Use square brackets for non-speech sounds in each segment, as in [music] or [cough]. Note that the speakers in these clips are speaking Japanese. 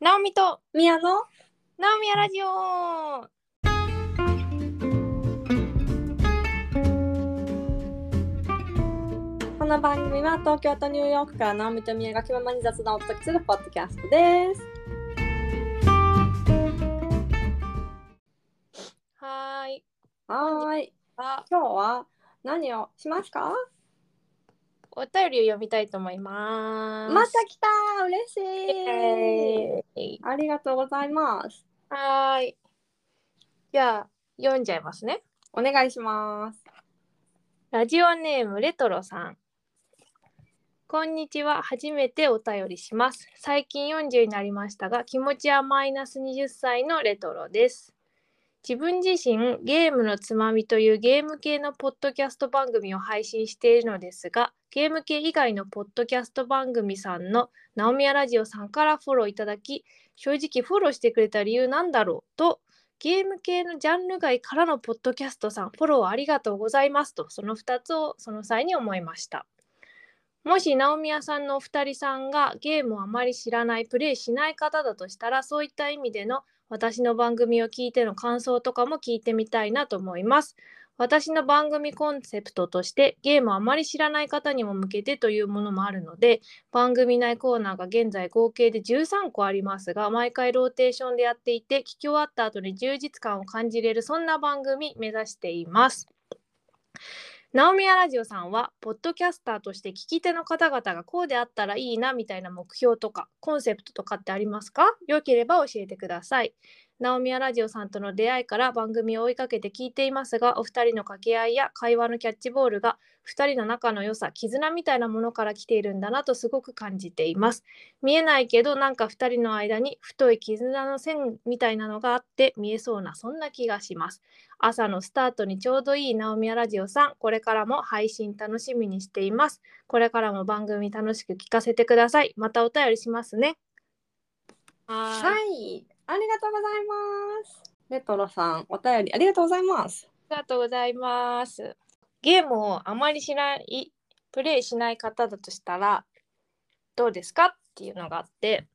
ナオミと宮野ナオミヤラジオこの番組は東京とニューヨークから直美と宮が気ままに雑談をお届けするポッドキャストです。はーい。はーい。あ、今日は何をしますかお便りを読みたいと思います。また来た嬉しい、えー、ありがとうございます。はーい。じゃあ、読んじゃいますね。お願いします。ラジオネームレトロさん。こんにちは。初めてお便りします。最近40になりましたが、気持ちはマイナス20歳のレトロです。自分自身、ゲームのつまみというゲーム系のポッドキャスト番組を配信しているのですが、ゲーム系以外のポッドキャスト番組さんのナオミヤラジオさんからフォローいただき、正直フォローしてくれた理由なんだろうとゲーム系のジャンル外からのポッドキャストさん、フォローありがとうございますと、その2つをその際に思いました。もし、ナオミヤさんのお二人さんがゲームをあまり知らない、プレイしない方だとしたら、そういった意味での私の番組を聞いての感想とかも聞いてみたいなと思います。私の番組コンセプトとして、ゲームをあまり知らない方にも向けてというものもあるので、番組内コーナーが現在合計で13個ありますが毎回ローテーションでやっていて聞き終わった後に充実感を感じれるそんな番組目指しています。ナオミヤラジオさんはポッドキャスターとして聞き手の方々がこうであったらいいなみたいな目標とかコンセプトとかってありますか良ければ教えてください。ナオミヤラジオさんとの出会いから番組を追いかけて聞いていますがお二人の掛け合いや会話のキャッチボールが2人の仲の良さ絆みたいなものから来ているんだなとすごく感じています見えないけどなんか2人の間に太い絆の線みたいなのがあって見えそうなそんな気がします朝のスタートにちょうどいいナオミヤラジオさんこれからも配信楽しみにしていますこれからも番組楽しく聞かせてくださいまたお便りしますねははいい。ありがとうございます。レトロさん、お便りありがとうございます。ありがとうございます。ゲームをあまりしない、プレイしない方だとしたら、どうですかっていうのがあって、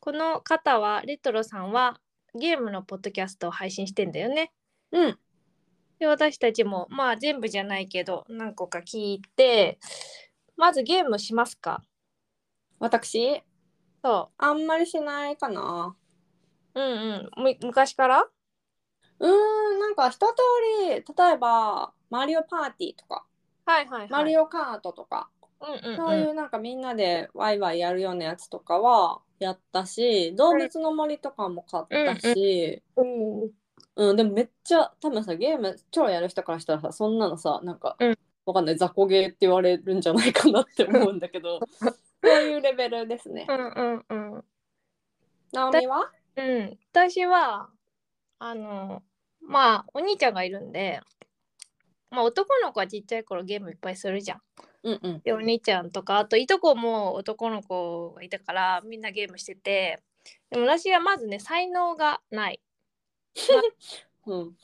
この方は、レトロさんは、ゲームのポッドキャストを配信してんだよね。うん。で、私たちも、まあ全部じゃないけど、何個か聞いて、まずゲームしますか私、そあんまりしないかな。う。うんうん。む昔からうーん、なんか一通り、例えば、マリオパーティーとか、はいはい、はい。マリオ。オカートとか、うんうん、うん。そういうなんかみんなでワイワイやるようなやつとかはやったし、動物の森とかも買ったし、うんうん、でもめっちゃ、多分さ、ゲーム超やる人からしたらさ、そんなのさ、なんか、うんわかんない、雑魚ゲーって言われるんじゃないかなって思うんだけ [laughs] ど、そういうレベルですね。うんうんうん。ナオミはうん、私はあのまあお兄ちゃんがいるんで、まあ、男の子はちっちゃい頃ゲームいっぱいするじゃん。うんうん。でお兄ちゃんとかあといとこも男の子がいたからみんなゲームしててでも私はまずね才能がない。うん、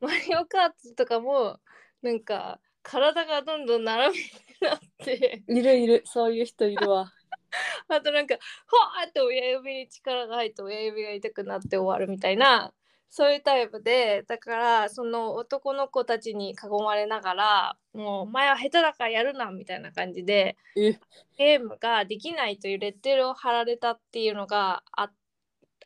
マリオカートとかもなんか体がどんどん斜めになっているいる、そういう人いるわ。あとなんかほわーって親指に力が入って親指が痛くなって終わるみたいなそういうタイプでだからその男の子たちに囲まれながらもうお前は下手だからやるなみたいな感じでえ、ゲームができないというレッテルを貼られたっていうのがあ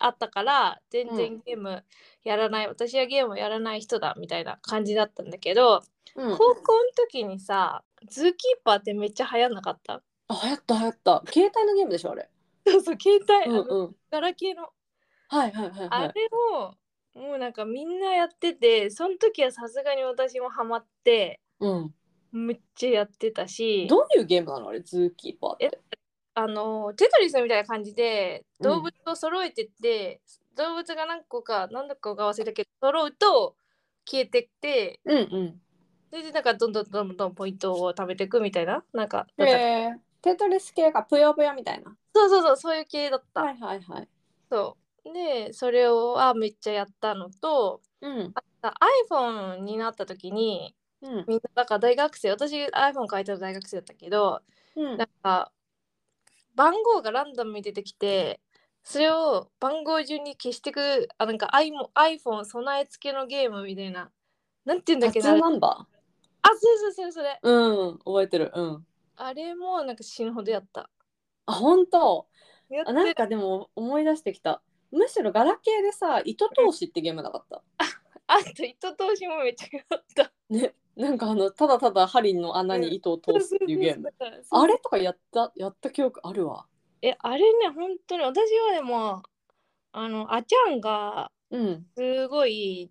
あったから全う然ゲームやらない、私はゲームをやらない人だみたいな感じだったんだけど、うん、高校の時にさズーキーパーってめっちゃ流行んなかった [laughs] あ、流行った流行った。携帯のゲームでしょ、あれ。そうそう携帯、うあんのうん。ガラケーのはいはいはいはあい。れをもうなんかみんなやっててその時はさすがに私もハマってうん。むっちゃやってたしどういうゲームなのあれ、ズーキーパーって。あのテトリスみたいな感じでうん動物を揃えてって、動物が何個か何だかが忘れたけど揃うと消えてってうんうん。それでなんかどんどんどんどんポイントを貯めていくみたいななんかだったえー、テトリス系がぷよぷよみたいな。そうそうそうそういう系だった、はいはいはい。そうでそれをはめっちゃやったのとうん。あ iPhone になった時にうん。みんななんか大学生私 iPhone 書いてる大学生だったけどうなんか番号がランダムに出てきてそれを番号順に消してくあなんか i- iPhone 備え付けのゲームみたいななんて言うんだっけな夏ナンバあそうそうそうそれーうん覚えてるうんあれもなんか死ぬほどやったあ本当やってあなんかでも思い出してきたむしろガラケーでさ糸通しってゲームなかったあと糸通しもめっちゃやったねなんかあのただただ針の穴に糸を通すっていうゲー [laughs] ムあれれとかやったやった記憶あるわえあれね本当に私はでもあのあちゃんがうんすごい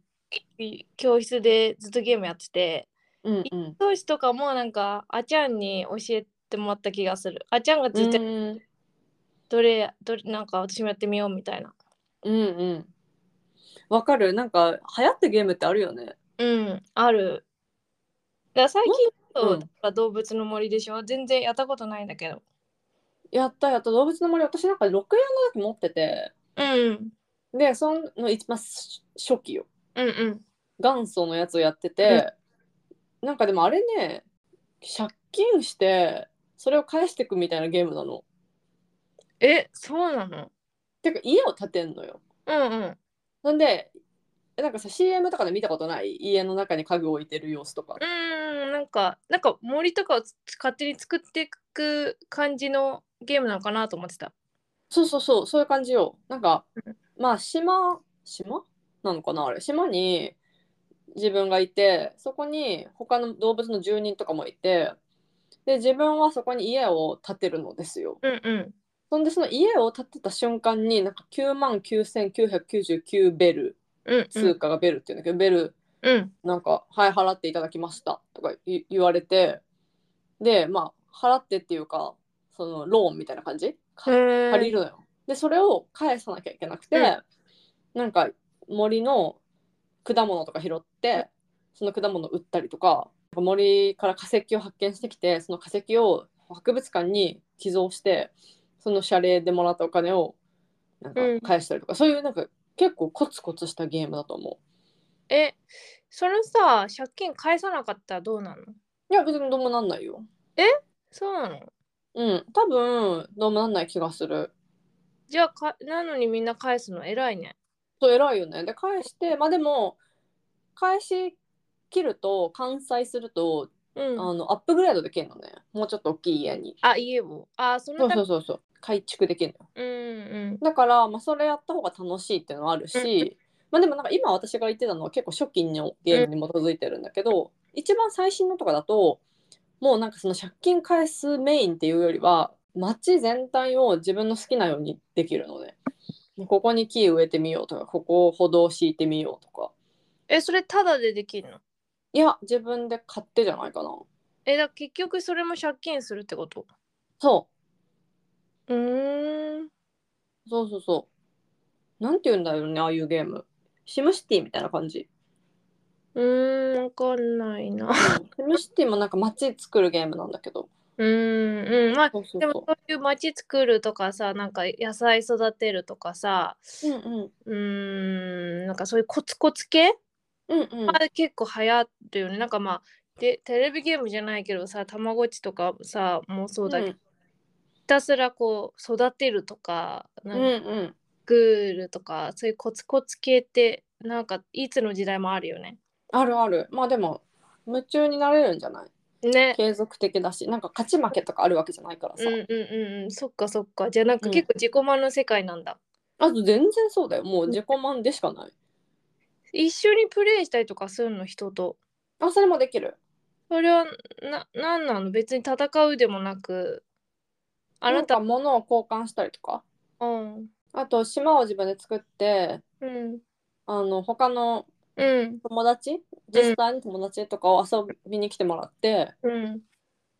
教室でずっとゲームやっててうんうん教師とかもなんかあちゃんに教えてもらった気がするあちゃんがうずっとんどれどれなんか私もやってみようみたいなうんうんわかるなんか流行ってゲームってあるよねうんあるだから最近だとうんだから動物の森でしょ全然やったことないんだけどやったやった動物の森私なんか64の時持っててうんでその一番初初期ようんうん元祖のやつをやってて、なんかでもあれね借金してそれを返していくみたいなゲームなのえそうなのてか家を建てんのようんうんなんでなんかさ CM とかで見たことない家の中に家具を置いてる様子とか、うんなんかなんか森とかをつ勝手に作っていく感じのゲームなのかなと思ってたそうそうそうそういう感じよなんかうんまあ島島なのかなあれ島に自分がいてそこに他の動物の住人とかもいてで自分はそこに家を建てるのですようんうんそんでその家を建てた瞬間になんか9万9999ベルうんう通ん貨がベルっていうんだけど、ベルうんなんか「はい払っていただきました」とかい言われてでまあ払ってっていうかそのローンみたいな感じかへ借りーるのよ。でそれを返さなきゃいけなくて、なんか森の果物とか拾ってその果物を売ったりとか森から化石を発見してきてその化石を博物館に寄贈してその謝礼でもらったお金をなんかうん返したりとか、そういうなんか結構コツコツしたゲームだと思えそのさ借金返さなかったらどうなのう。いや別にどうもなんないよ。そうなのうん多分どうもなんない気がする。じゃあかなのにみんな返すの偉いねそう偉いよね。で返してまあでも返し切ると完済するとうんあのアップグレードできるのねもうちょっと大きい家にあ、家を。あ、そそのうたそめ。うそうそう改築できるのようんうん。だから、まあ、それやった方が楽しいっていうのはあるし、まあ、でもなんか今私が言ってたのは結構初期のゲームに基づいてるんだけど、一番最新のとかだともうなんかその借金返すメインっていうよりは街全体を自分の好きなようにできるのねここに木植えてみようとかここを歩道敷いてみようとかえ、それタダでできるのいや自分で買ってじゃないかなえ、だ結局それも借金するってことそううーん。そうそうそう。なんて言うんだろうね、ああいうゲーム。シムシティみたいな感じ。うーん、わかんないな。うんシムシティもなんか街作るゲームなんだけど。うーん、うん。まあ、そうそうでもそそういう町作るとかさ、なんか野菜育てるとかさ、う。うんうん。うーん、なんかそういうコツコツ系うんうん。あ結構流行ってるよね。なんかまあ、でテレビゲームじゃないけどさ、たまごっちとかさ、もうそうだけど、うんひたすらこう育てるとか、なうんんかうん。グールとかそういうコツコツ系ってなんかいつの時代もあるよね。あるある。まあでも、夢中になれるんじゃないね。継続的だし、なんか勝ち負けとかあるわけじゃないからうさ。んうんうんうんそっかそっかじゃあなんかうん結構自己満の世界なんだ、あと全然そうだよ。もう自己満でしかない。一緒にプレイしたりとかするの人とあ、それもできる。それはななんなの別に戦うでもなくあなたなんか物を交換したりとか。うんあと、島を自分で作って、うんあの、他のうん友達実際に友達とかを遊びに来てもらって、うん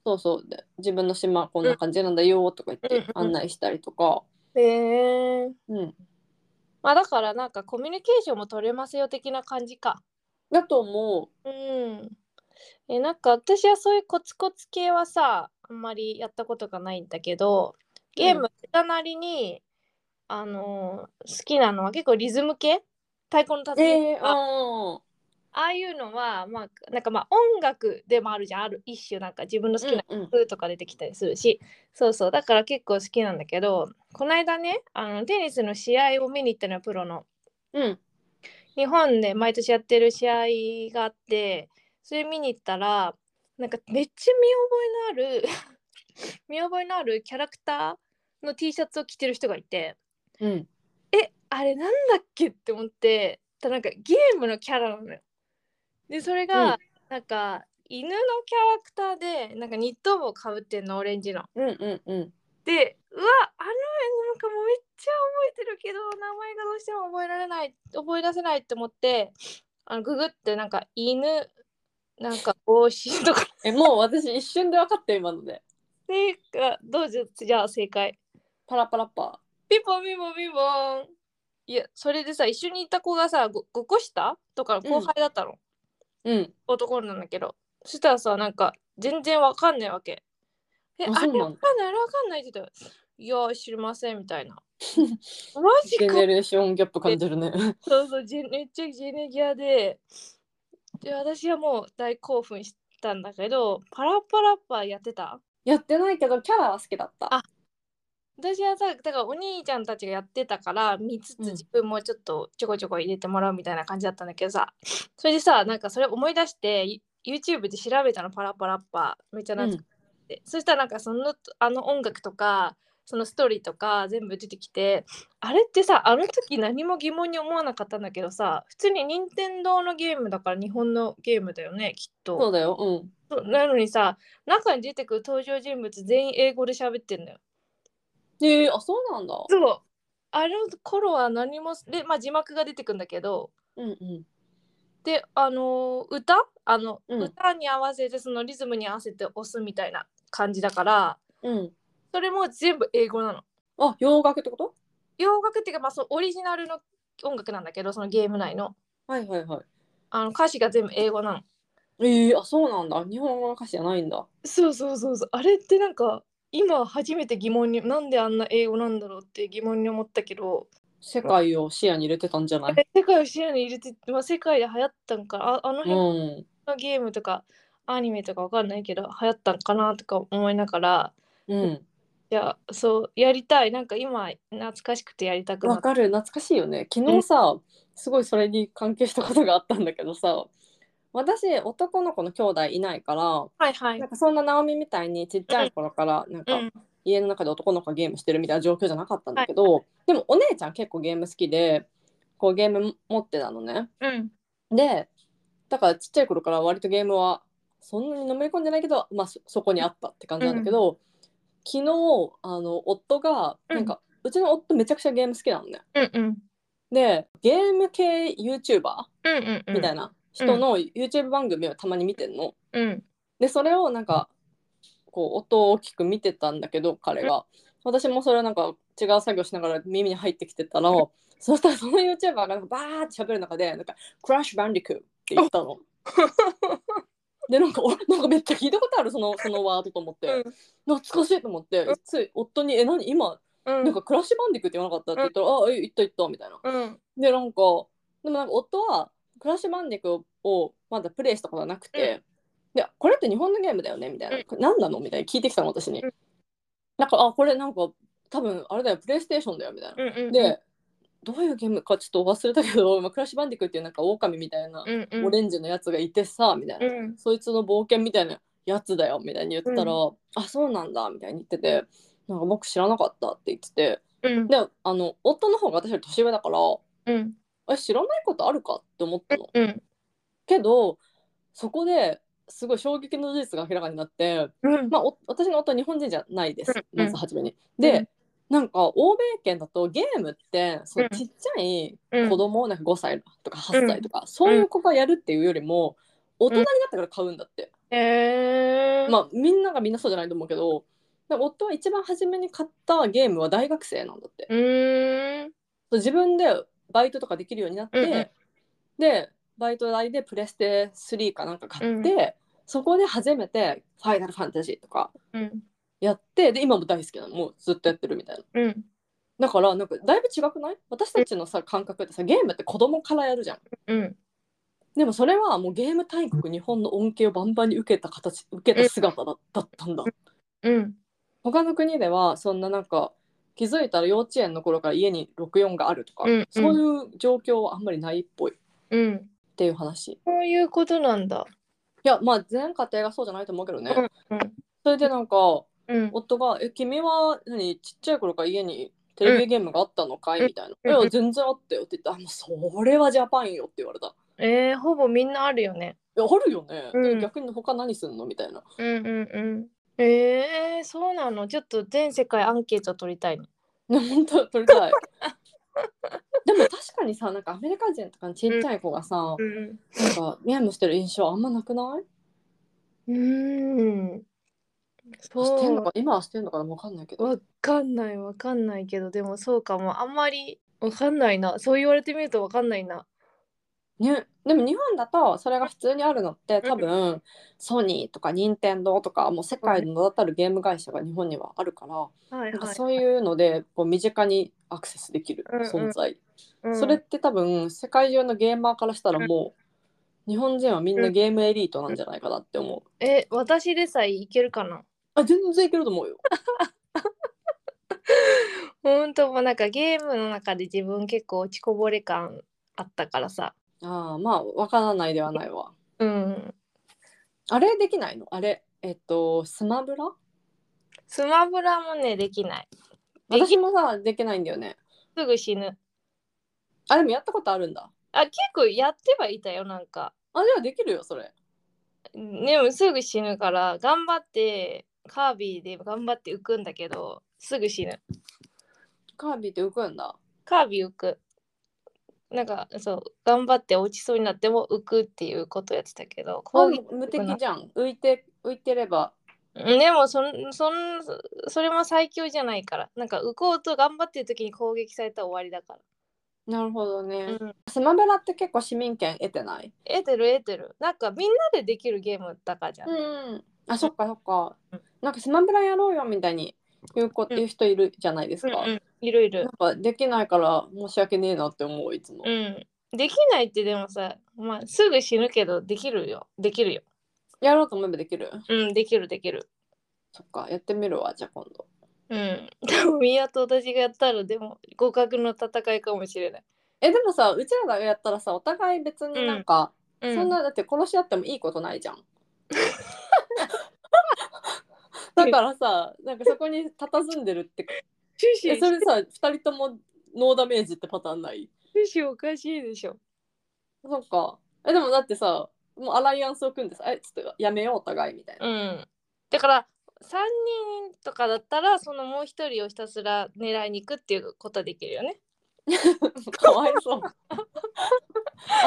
そうそうで自分の島こんな感じなんだよとか言っうんて案内したりとか、へえうん、まあだからなんかコミュニケーションも取れますよ的な感じかだと思うんえなんか私はそういうコツコツ系はさあんまりやったことがないんだけどゲームたなりに、あのー好きなのは結構リズム系太鼓のう。達人えー、あああいうのはまあなんかまあ音楽でもあるじゃんある一種なんか自分の好きなうんうん曲とか出てきたりするし、そうそうだから結構好きなんだけどこの間ねあのテニスの試合を見に行ったのよプロの。うん日本で毎年やってる試合があってそれ見に行ったらなんかめっちゃ見覚えのある [laughs] 見覚えのあるキャラクターの T シャツを着てる人がいてうんえあれなんだっけって思ってたなんかゲームのキャラなのよ。でそれうんがなんか犬のキャラクターでなんかニット帽かぶってんのオレンジの。うんうんうんでうわあのなんかもうめっちゃ覚えてるけど名前がどうしても覚えられない覚え出せないって思ってあのググってなんか犬なんか帽子とかえもう私一瞬で分かった今のでであどうぞじゃあ正解パラパラッパピンポンピンポンピンポンいやそれでさ一緒にいた子がさ 5, 5個下とかの後輩だったの、ーうん男なんだけどそしたらさなんか全然わかんないわけえああそうれなわんだかんないあれわかんないって言ったらいや知りませんみたいなマジジェかネレーションギャップ感じるねそうそう、ジェ [laughs] めっちゃジェネギアで、で、私はもう大興奮したんだけど、パラッパラッパやってたやってないけどキャラは好きだったあ私はさ、だからお兄ちゃんたちがやってたから、見つつうん自分もちょっとちょこちょこ入れてもらうみたいな感じだったんだけどさ、それでさ、なんかそれ思い出して、ユ YouTube で調べたの、パラッパラッパ、めっちゃ懐かしくて、そしたらなんかその、あの音楽とか、そのストーリーとか全部出てきてあれってさあの時何も疑問に思わなかったんだけどさ普通に任天堂のゲームだから日本のゲームだよねきっそうとだようんそうなのにさ中に出てくる登場人物全員英語で喋ってんだよえー、あそうなんだそうあの頃は何もで、まあ、字幕が出てくんだけどうんうんであのー歌あの、うん歌に合わせてそのリズムに合わせて押すみたいな感じだからうんそれも全部英語なのあ洋楽ってこと洋楽っていうか、まあ、そのオリジナルの音楽なんだけどそのゲーム内のはいはいはいあの歌詞が全部英語なの。えー、あそうなんだ日本語の歌詞じゃないんだそうそうそうそう。あれってなんか今初めて疑問になんであんな英語なんだろうって疑問に思ったけど、世界を視野に入れてたんじゃなあいれ世界を視野に入れて、まあ、世界で流行ったんかああのう辺んのゲームとかアニメとかわかんないけど流行ったんかなとか思いながらうんいやそうやりたいなんか今懐かしくてやりたくなわった。かる懐かしいよね昨日さ、すごいそれに関係したことがあったんだけどさ私男の子の兄弟いないからはいはいなん。かそんな直美みたいにちっちゃい頃からなんうかん家の中で男の子がゲームしてるみたいな状況じゃなかったんだけど、でもお姉ちゃん結構ゲーム好きでこうゲーム持ってたのね。うんでだからちっちゃい頃から割とゲームはそんなにのめり込んでないけど、まあ、そそこにあったって感じなんだけど、昨日あの夫がなんか、うちの夫めちゃくちゃゲーム好きなのね。うんうんでゲーム系 YouTuber うんうんうんみたいな人の YouTube 番組をたまに見てんの。うんでそれをなんかこう音を大きく見てたんだけど彼が私もそれをなんか違う作業しながら耳に入ってきてたらそしたらその YouTuber がなんかバーって喋る中でなんか「クラッシュバンディクー」って言った [laughs] の。でなんかおなんかめっちゃ聞いたことあるそのそのワードと思って、懐かしいと思ってうんつい夫に「え何今うんなんかクラッシュバンディクーって言わなかった?」って言ったら「あえ言った言った」みたいな。うんでなんかでもなんか夫は「クラッシュバンディクーをまだプレイしたことはなくて、でこれって日本のゲームだよねみたいな、うんこれ何なのみたいな聞いてきたの私に、うんなんかあこれなんか多分あれだよプレイステーションだよみたいな、うんうんでどういうゲームかちょっと忘れたけど、 [laughs] まあ、クラッシュバンディクーっていうなんか狼みたいな、うんうんオレンジのやつがいてさみたいな、うんそいつの冒険みたいなやつだよみたいに言ったら、うあそうなんだみたいに言っててなんか僕知らなかったって言っててうんであの夫の方が私より年上だからうんえ知らないことあるかって思ったの。うんけどそこですごい衝撃の事実が明らかになって、うんまあ、お私の夫は日本人じゃないですうんまず初めに。んでなんか欧米圏だとゲームってそのうんちっちゃいうん子供なんか5歳とか8歳とか、そういう子がやるっていうよりも大人になってから買うんだって、えー、まあみんながみんなそうじゃないと思うけどなんか夫は一番初めに買ったゲームは大学生なんだって。うーんそう自分でバイトとかできるようになって、うんうんでバイト代でプレステ3かなんか買って、うそこで初めて「ファイナルファンタジー」とかうんやってで今も大好きなのもうずっとやってるみたいなうんだからなんかだいぶ違くない私たちのさ感覚ってさゲームって子供からやるじゃんうんでもそれはもうゲーム大国日本の恩恵をバンバンに受けた形受けた姿だだったんだうん他の国ではそんななんか気づいたら幼稚園の頃から家に64があるとか、うんうんそういう状況はあんまりないっぽいっうんていう話いそういうことなんだやまあ全家庭がそうじゃないと思うけどね、うんうんそれでなんかうん夫が「え君は何ちっちゃい頃から家にテレビゲームがあったのかい?」みたいな「うんいや全然あったよ」って言って「あもうそれはジャパンよ」って言われた「えー、ほぼみんなあるよねいやあるよね、うん逆に他何すんの?」みたいなうんうんうんえー、そうなのちょっと全世界アンケート取りたいのね本当取りたい [laughs] でも確かにさなんかアメリカ人とかのちっちゃい子がさ、うんなんかゲームしてる印象あんまなくないうーんそしてんのうか今はしてんのかなわかんないけどわかんないわかんないけどでもそうかもあんまりわかんないなそう言われてみるとわかんないなねでも日本だとそれが普通にあるのって多分、ソニーとか任天堂とかもう世界の名だたるゲーム会社が日本にはあるから、はいなんかはいそういうのでこう身近にアクセスできる存在、それって多分世界中のゲーマーからしたらもう日本人はみんなゲームエリートなんじゃないかなって思う、え私でさえいけるかなあ全然いけると思うよほんともうなんかゲームの中で自分結構落ちこぼれ感あったからさああまあわからないではないわうんあれできないのあれえっとスマブラスマブラもねできないでき私もさできないんだよねすぐ死ぬあでもやったことあるんだあ結構やってはいたよなんかあじゃあできるよそれでもすぐ死ぬから頑張ってカービィで頑張って浮くんだけどすぐ死ぬカービィって浮くんだカービィ浮くなんかそう頑張って落ちそうになっても浮くっていうことやってたけどあこう無敵じゃん浮いて浮いてればでもそんそんそれも最強じゃないからなんか浮こうと頑張ってる時に攻撃されたら終わりだかなるほどね、ら、うん、スマブラって結構市民権得てない得てる得てるなんかみんなでできるゲームだからじゃん、うん、あそっかそっかうんなんかスマブラやろうよみたいに言う子っていう人いるじゃないですか、うんうんいろいろなんかできないから申し訳ねえなって思ういつも、うんできないってでもさ、まあ、すぐ死ぬけどできるよできるよやろうと思えばできるうんできるできるそっかやってみるわじゃあ今度うん多分宮と私がやったらでも互角の戦いかもしれない、えでもさうちらがやったらさお互い別になんか、うん、そんなだって殺し合ってもいいことないじゃ [laughs] んだからさなんかそこに佇んでるって [laughs] 趣え旨それさ2人ともノーダメージってパターンない趣旨おかしいでしょそっか。え、でもだってさ、もうアライアンスを組んでさ、え、ちょっとやめよう、お互いみ [laughs] たいな。うん、だから3人とかだったらそのもう一人をひたすら狙いに行くっていうことはできるよね。かわいそう。 [laughs] あ、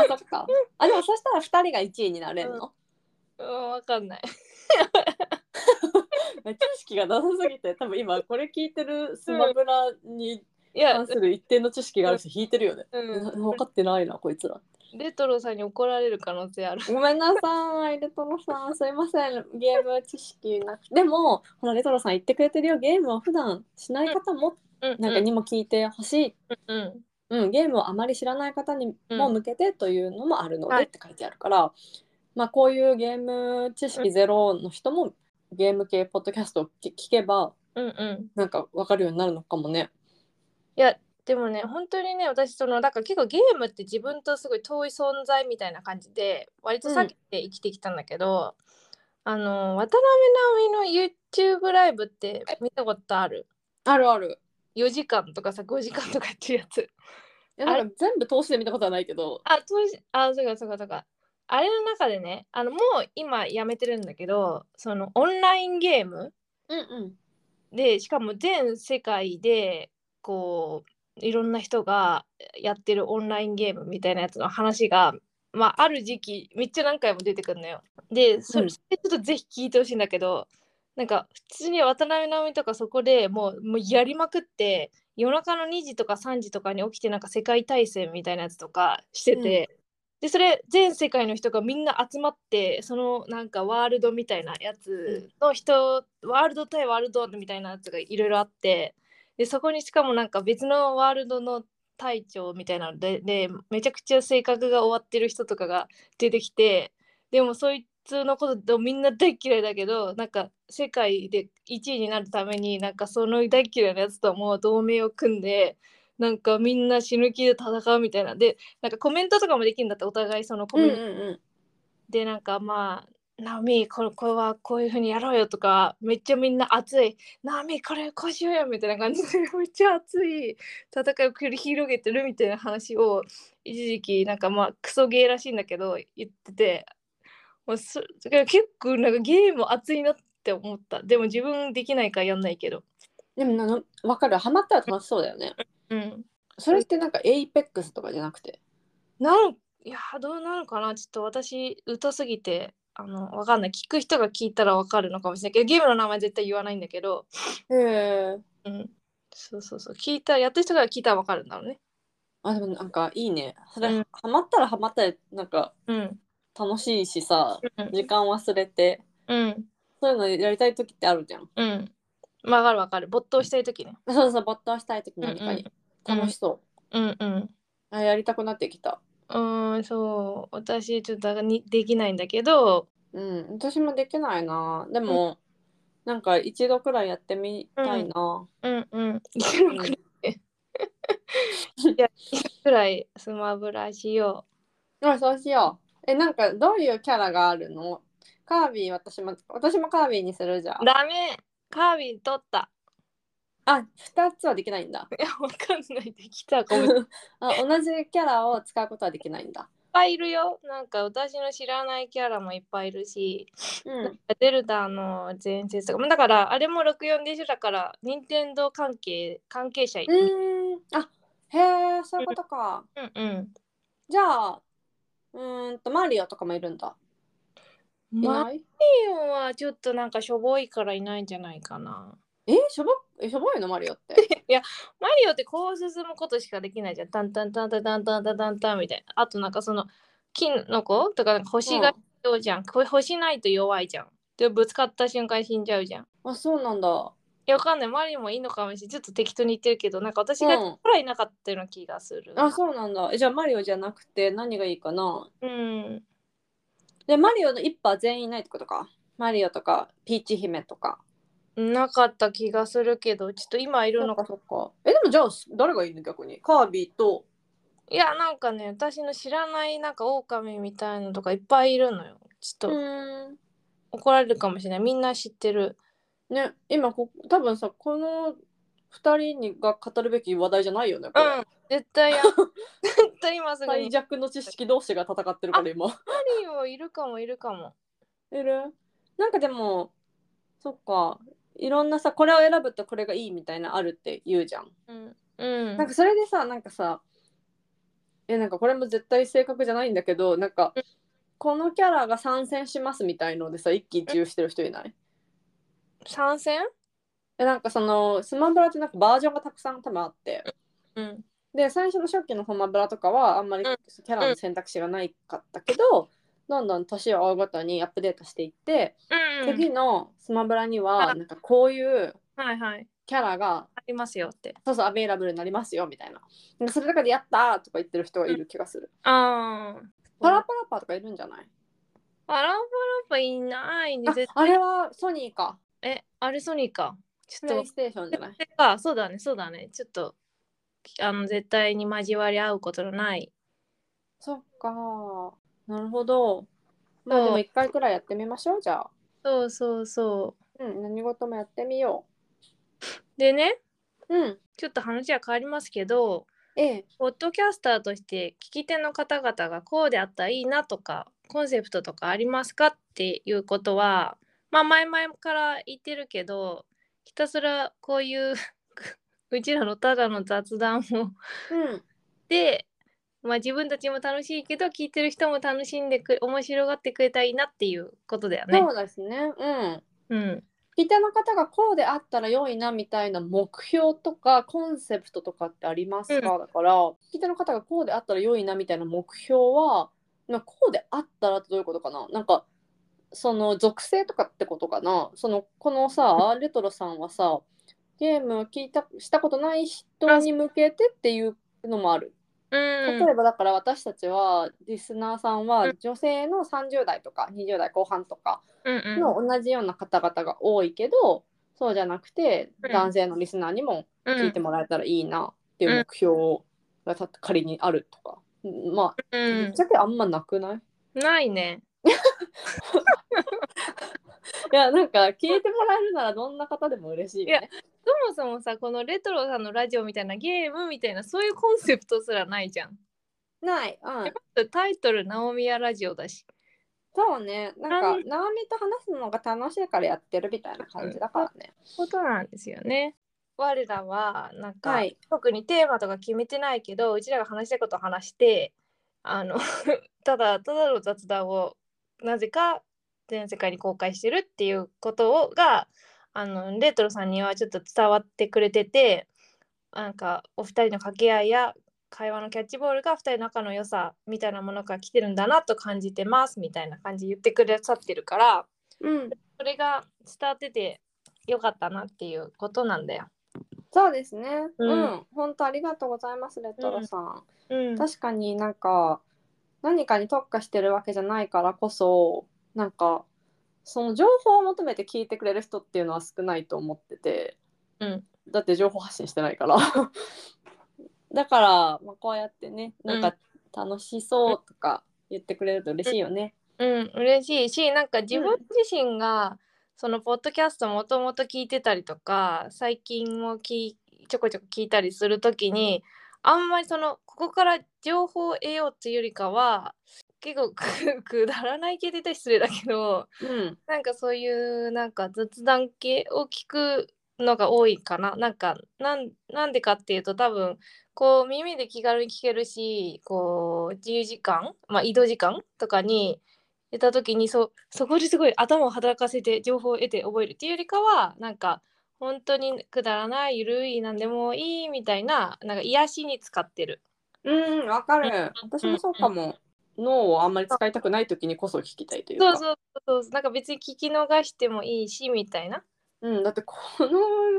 そっか。あ、でもそしたら二人が一位になれるの、うん、わかんない。知識がなさすぎて、多分今これ聞いてるスマブラにいや関、する一定の知識がある人引いてるよね。うん、分かってないな、こいつら。レトロさんに怒られる可能性ある。ごめんなさい、レトロさん。すいません、ゲーム知識なくでも、ほら、レトロさん言ってくれてるよ、ゲームは普段しない方も、うん、なんかにも聞いてほしいうん、うん、ゲームをあまり知らない方にも向けてというのもあるのはでいって書いてあるから、まあ、こういうゲーム知識ゼロの人もゲーム系ポッドキャストを聞聞けばうん、うん。なんか分かるようになるのかもね。いや、でもね、本当にね、私そのだから結構ゲームって自分とすごい遠い存在みたいな感じで割と避けて生きてきたんだけど、あの渡辺直美の YouTube ライブって見たことあるあるある。 ？4時間とかさ、5時間とかやってるやつ。いやなんか全部通して見たことはないけど。あ、当時、あ、そうかそうかそうか。あれの中でね、あのもう今やめてるんだけど、そのオンラインゲームうんうん。で、しかも全世界でこういろんな人がやってるオンラインゲームみたいなやつの話が、まあ、ある時期めっちゃ何回も出てくるのよ。で、そうんれそれちょっとぜひ聞いてほしいんだけど、なんか普通に渡辺直美とかそこでもうもうやりまくって夜中の2時とか3時とかに起きてなんか世界大戦みたいなやつとかしてて、でそれ全世界の人がみんな集まってそのなんかワールドみたいなやつの人、ワールド対ワールドみたいなやつがいろいろあってでそこにしかもなんか別のワールドの隊長みたいなのででめちゃくちゃ性格が終わってる人とかが出てきてでもそいつのことみんな大嫌いだけどなんか世界で1位になるためになんかその大嫌いなやつとも同盟を組んでなんかみんな死ぬ気で戦うみたいなでなんかコメントとかもできるんだってお互いそのコうんメうンんトうでなんかまあ「ナオミこれこれはこういう風にやろうよ」とかめっちゃみんな熱い「ナオミこれこうしようよ」みたいな感じで [laughs] めっちゃ熱い戦いを繰り広げてるみたいな話を一時期なんかまあクソゲーらしいんだけど言ってて、まあ、そだから結構なんかゲーム熱いなって思ったでも自分できないからやんないけどん。でもなの分かるハマったら楽しそうだよね。うんそれってなんかエイペックスとかじゃなくて。なんいやどうなのかなちょっと私疎すぎてあのわかんない聞く人が聞いたらわかるのかもしれないけどゲームの名前絶対言わないんだけどへえ。うん、そうそうそう聞いたやってる人から聞いたら分かるんだろうねあでもなんかいいね。それ、うんハマったらハマったでなんかうん楽しいしさうん時間忘れてうんそういうのやりたい時ってあるじゃん。うん分かる分かる没頭したい時ねそうそう没頭したい時何かに、うん楽しそうう。んうんあやりたくなってきた。うーんそう私ちょっとだからにできないんだけどうん、私もできないな。でも、なんか一度くらいやってみたいな。うん [laughs] うんうんいくらいスマブラしよあそうしよう。え、なんかどういうキャラがあるのカービィ、私も、私もカービィにするじゃ。うんダメカービィ取った [laughs] あ、二つはできないんだ。いや分かんないできたごめんいっ [laughs] あ同じキャラを使うことはできないんだ。ぱいいるよなんか私の知らないキャラもいっぱいいるしうん。ゼルダの前説とかまあだからあれも64で一緒だから任天堂関係関係者いるうーん。あ、へえ、そういうことか。うんうんじゃあ、うーんと、マリオとかもいるんだ。いマないリオンはちょっとなんかしょぼいからいないんじゃないかな。え、しょぼ、えしょぼいのマリオって。マリオってこう進むことしかできないじゃん。タンタンタンタンタンタンタンタンタンみたいな。あとなんかその金の子とかなんか星が必要じゃん。これ星ないと弱いじゃん。でぶつかった瞬間死んじゃうじゃん。いあ、そうなんだ。やわかんない。マリオもいいのかもしれない。ちょっと適当に言ってるけど、なんか私うがんくらいなかったような気がする。あ、そうなんだ。えじゃあマリオじゃなくて何がいいかなうん。で、マリオの一派全員いないってことか。マリオとか、ピーチ姫とか。なかった気がするけど、ちょっと今いるそのっかか。そっか。え、でもじゃあ誰がいいの逆に。カービィと。いや、なんかね、私の知らないなんか狼みたいなのとかいっぱいいるのよ。ちょっと。うん。怒られるかもしれないみんな知ってるね、今こ、多分さ、この二人にが語るべき話題じゃないよね。これ絶対 [laughs] や絶対今すぐ最にマ弱の知識同士が戦ってるから今。リオいるかもいるかもいるなんかでも、そっか。いろんなさ、これを選ぶとこれがいいみたいなあるって言うじゃん。うんうんなんかそれでさなんかさえなんかこれも絶対正確じゃないんだけどなんかうんこのキャラが参戦しますみたいのでさ一喜一憂してる人いない参戦えなんかそのスマブラってなんかバージョンがたくさん多分あってうんで最初の初期のホマブラとかはあんまりうんキャラの選択肢がないかったけどどんどん年を追うごとにアップデートしていってうん、次のスマブラにあはなんかこういうはいはいキャラがありますよってそうそうアベイラブルになりますよみたいななんかそれだけでやったーとか言ってる人がいる気がするあーパラパラパーとかいるんじゃないパラパラパいないねあ絶あれはソニーか。えあれソニーかちょプレっイとステーションじゃない。あそうだねそうだねちょっとあの絶対に交わり合うことのないそっか。なるほど。まあそうでも一回くらいやってみましょうじゃあ。そうそうそうん、何事もやってみようでねう。うん。ちょっと話は変わりますけどええ。ポッドキャスターとして聞き手の方々がこうであったらいいなとかコンセプトとかありますかっていうことはまあ前々から言ってるけどひたすらこういう [laughs] うちらのただの雑談をうん。で、まあ、自分たちも楽しいけど聞いてる人も楽しんでく面白がってくれたらいいなっていうことだよね。そうですね。うん。うん、聞い手の方がこうであったら良いなみたいな目標とかコンセプトとかってありますか、だから聞い手の方がこうであったら良いなみたいな目標は、まあ、こうであったらってどういうことかななんかその属性とかってことかなそのこのさレトロさんはさゲーム聞いたしたことない人に向けてっていうのもある。うん例えばだから私たちはリスナーさんうはん女性の30代とか20代後半とかうんうんの同じような方々が多いけどそうじゃなくてうん男性のリスナーにもうん聞いてもらえたらいいなっていう目標がた仮にあるとかうまあぶっんちゃけあんまなくない [laughs] ないね。いやなんか聞いてもらえるならどんな方でも嬉しいよね。そもそもさこのレトロさんのラジオみたいなゲームみたいなそういうコンセプトすらないじゃん。ない、うん、タイトル「ナオミヤラジオ」だし。そうねななんか直美と話すのが楽しいからやってるみたいな感じだからね。ことなんですよね。我らはなんか、はい特にテーマとか決めてないけどうちらが話したいことを話してあの [laughs] ただただの雑談をなぜか全世界に公開してるっていうことをがあのレトロさんにはちょっと伝わってくれててなんかお二人の掛け合いや会話のキャッチボールが二人の仲の良さみたいなものから来てるんだなと感じてますみたいな感じで言ってくださってるから。うん、それが伝わっててよかったなっていうことなんだよ。そうですね。ううんん、本当ありがとうございますレトロさん。うん確かになんか何かに特化してるわけじゃないからこそなんかその情報を求めて聞いてくれる人っていうのは少ないと思ってて、うんだって情報発信してないから [laughs] だから、まあ、こうやってねなんか楽しそうとか言ってくれると嬉しいよね。うん、嬉しいしなんか自う分自身が、そのポッドキャストもともと聞いてたりとか最近もきちょこちょこ聞いたりするときにあんまりそのここから情報を得ようっていうよりかは結構くくだらない系って言ったら失礼だけどうん、なんかそういうなんか雑談系を聞くのが多いかな。なんかなんなんでかっていうと多分こう耳で気軽に聞けるしこう自由時間、まあ、移動時間とかに出た時にそそこですごい頭を働かせて情報を得て覚えるっていうよりかはなんか本当にくだらないゆるいなんでもいいみたいななんか癒しに使ってる。うん、わかる。私もそうかも。脳をあんまり使いたくない時にこそ聞きたいというそか。うそうそうそうなんか別に聞き逃してもいいしみたいな。うん、だってこの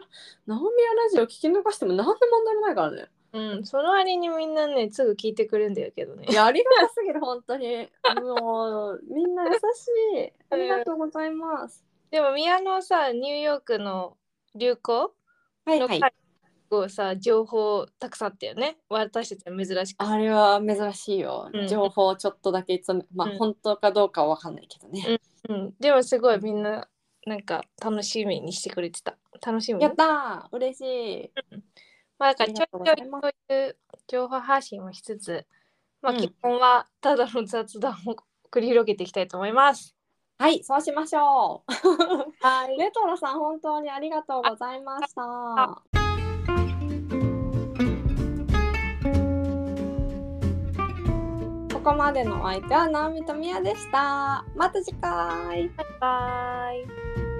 「ナオミやラジオ」聞き逃しても何の問題もないからね。うん、その割にみんなねすぐ聞いてくれるんだけどねい。や、ありがたすぎる、本当に。もう、みんな優しい。ありがとうございます。でも宮のさニューヨークの流行はの回をさ、情報たくさんあったよね私たちは珍しくあれは珍しいようん。情報をちょっとだけいつも、まあ、うん本当かどうかはわかんないけどね。うん、でもすごいみんななんか楽しみにしてくれてた楽しみにやったー嬉しい。まあ、だからちょいちょあいりがとうございまそういう情報発信をしつつ、まあ、うん基本はただの雑談を繰り広げていきたいと思います。はい、そうしましょう。はいレトロさん、本当にありがとうございました。はここまでのお相手は、ナオミとミヤでした。また次回。バイバイ